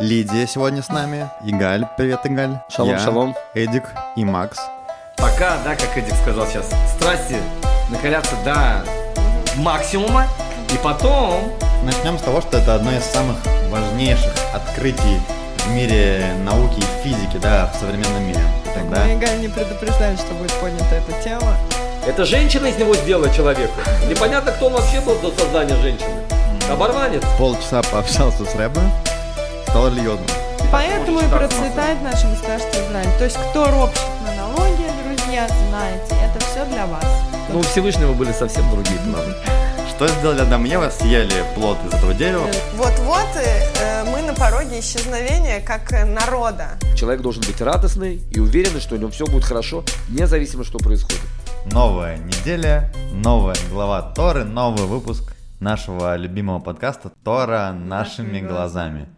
Лидия сегодня с нами, Игаль, привет, Игаль. Шалом, Я, шалом. Эдик и Макс. Пока, да, как Эдик сказал сейчас, страсти накалятся до максимума, и потом... Начнем с того, что это одно из самых важнейших открытий в мире науки и физики, да, в современном мире. Тогда Мы Игаль не предупреждали, что будет поднята эта тема. Это женщина из него сделала человека. Непонятно, кто он вообще был до создания женщины. Оборванец. полчаса пообщался с Рэбом, стал льодным. Поэтому и считаться процветает наше государство Израиль. То есть, кто ропщит на налоги, друзья, знаете, это все для вас. Ну, у Всевышнего были совсем другие планы. Что сделали Адам и Ева? Съели плод из этого дерева. Вот-вот э, мы на пороге исчезновения как э, народа. Человек должен быть радостный и уверенный, что у него все будет хорошо, независимо, что происходит. Новая неделя, новая глава Торы, новый выпуск нашего любимого подкаста «Тора нашими глазами».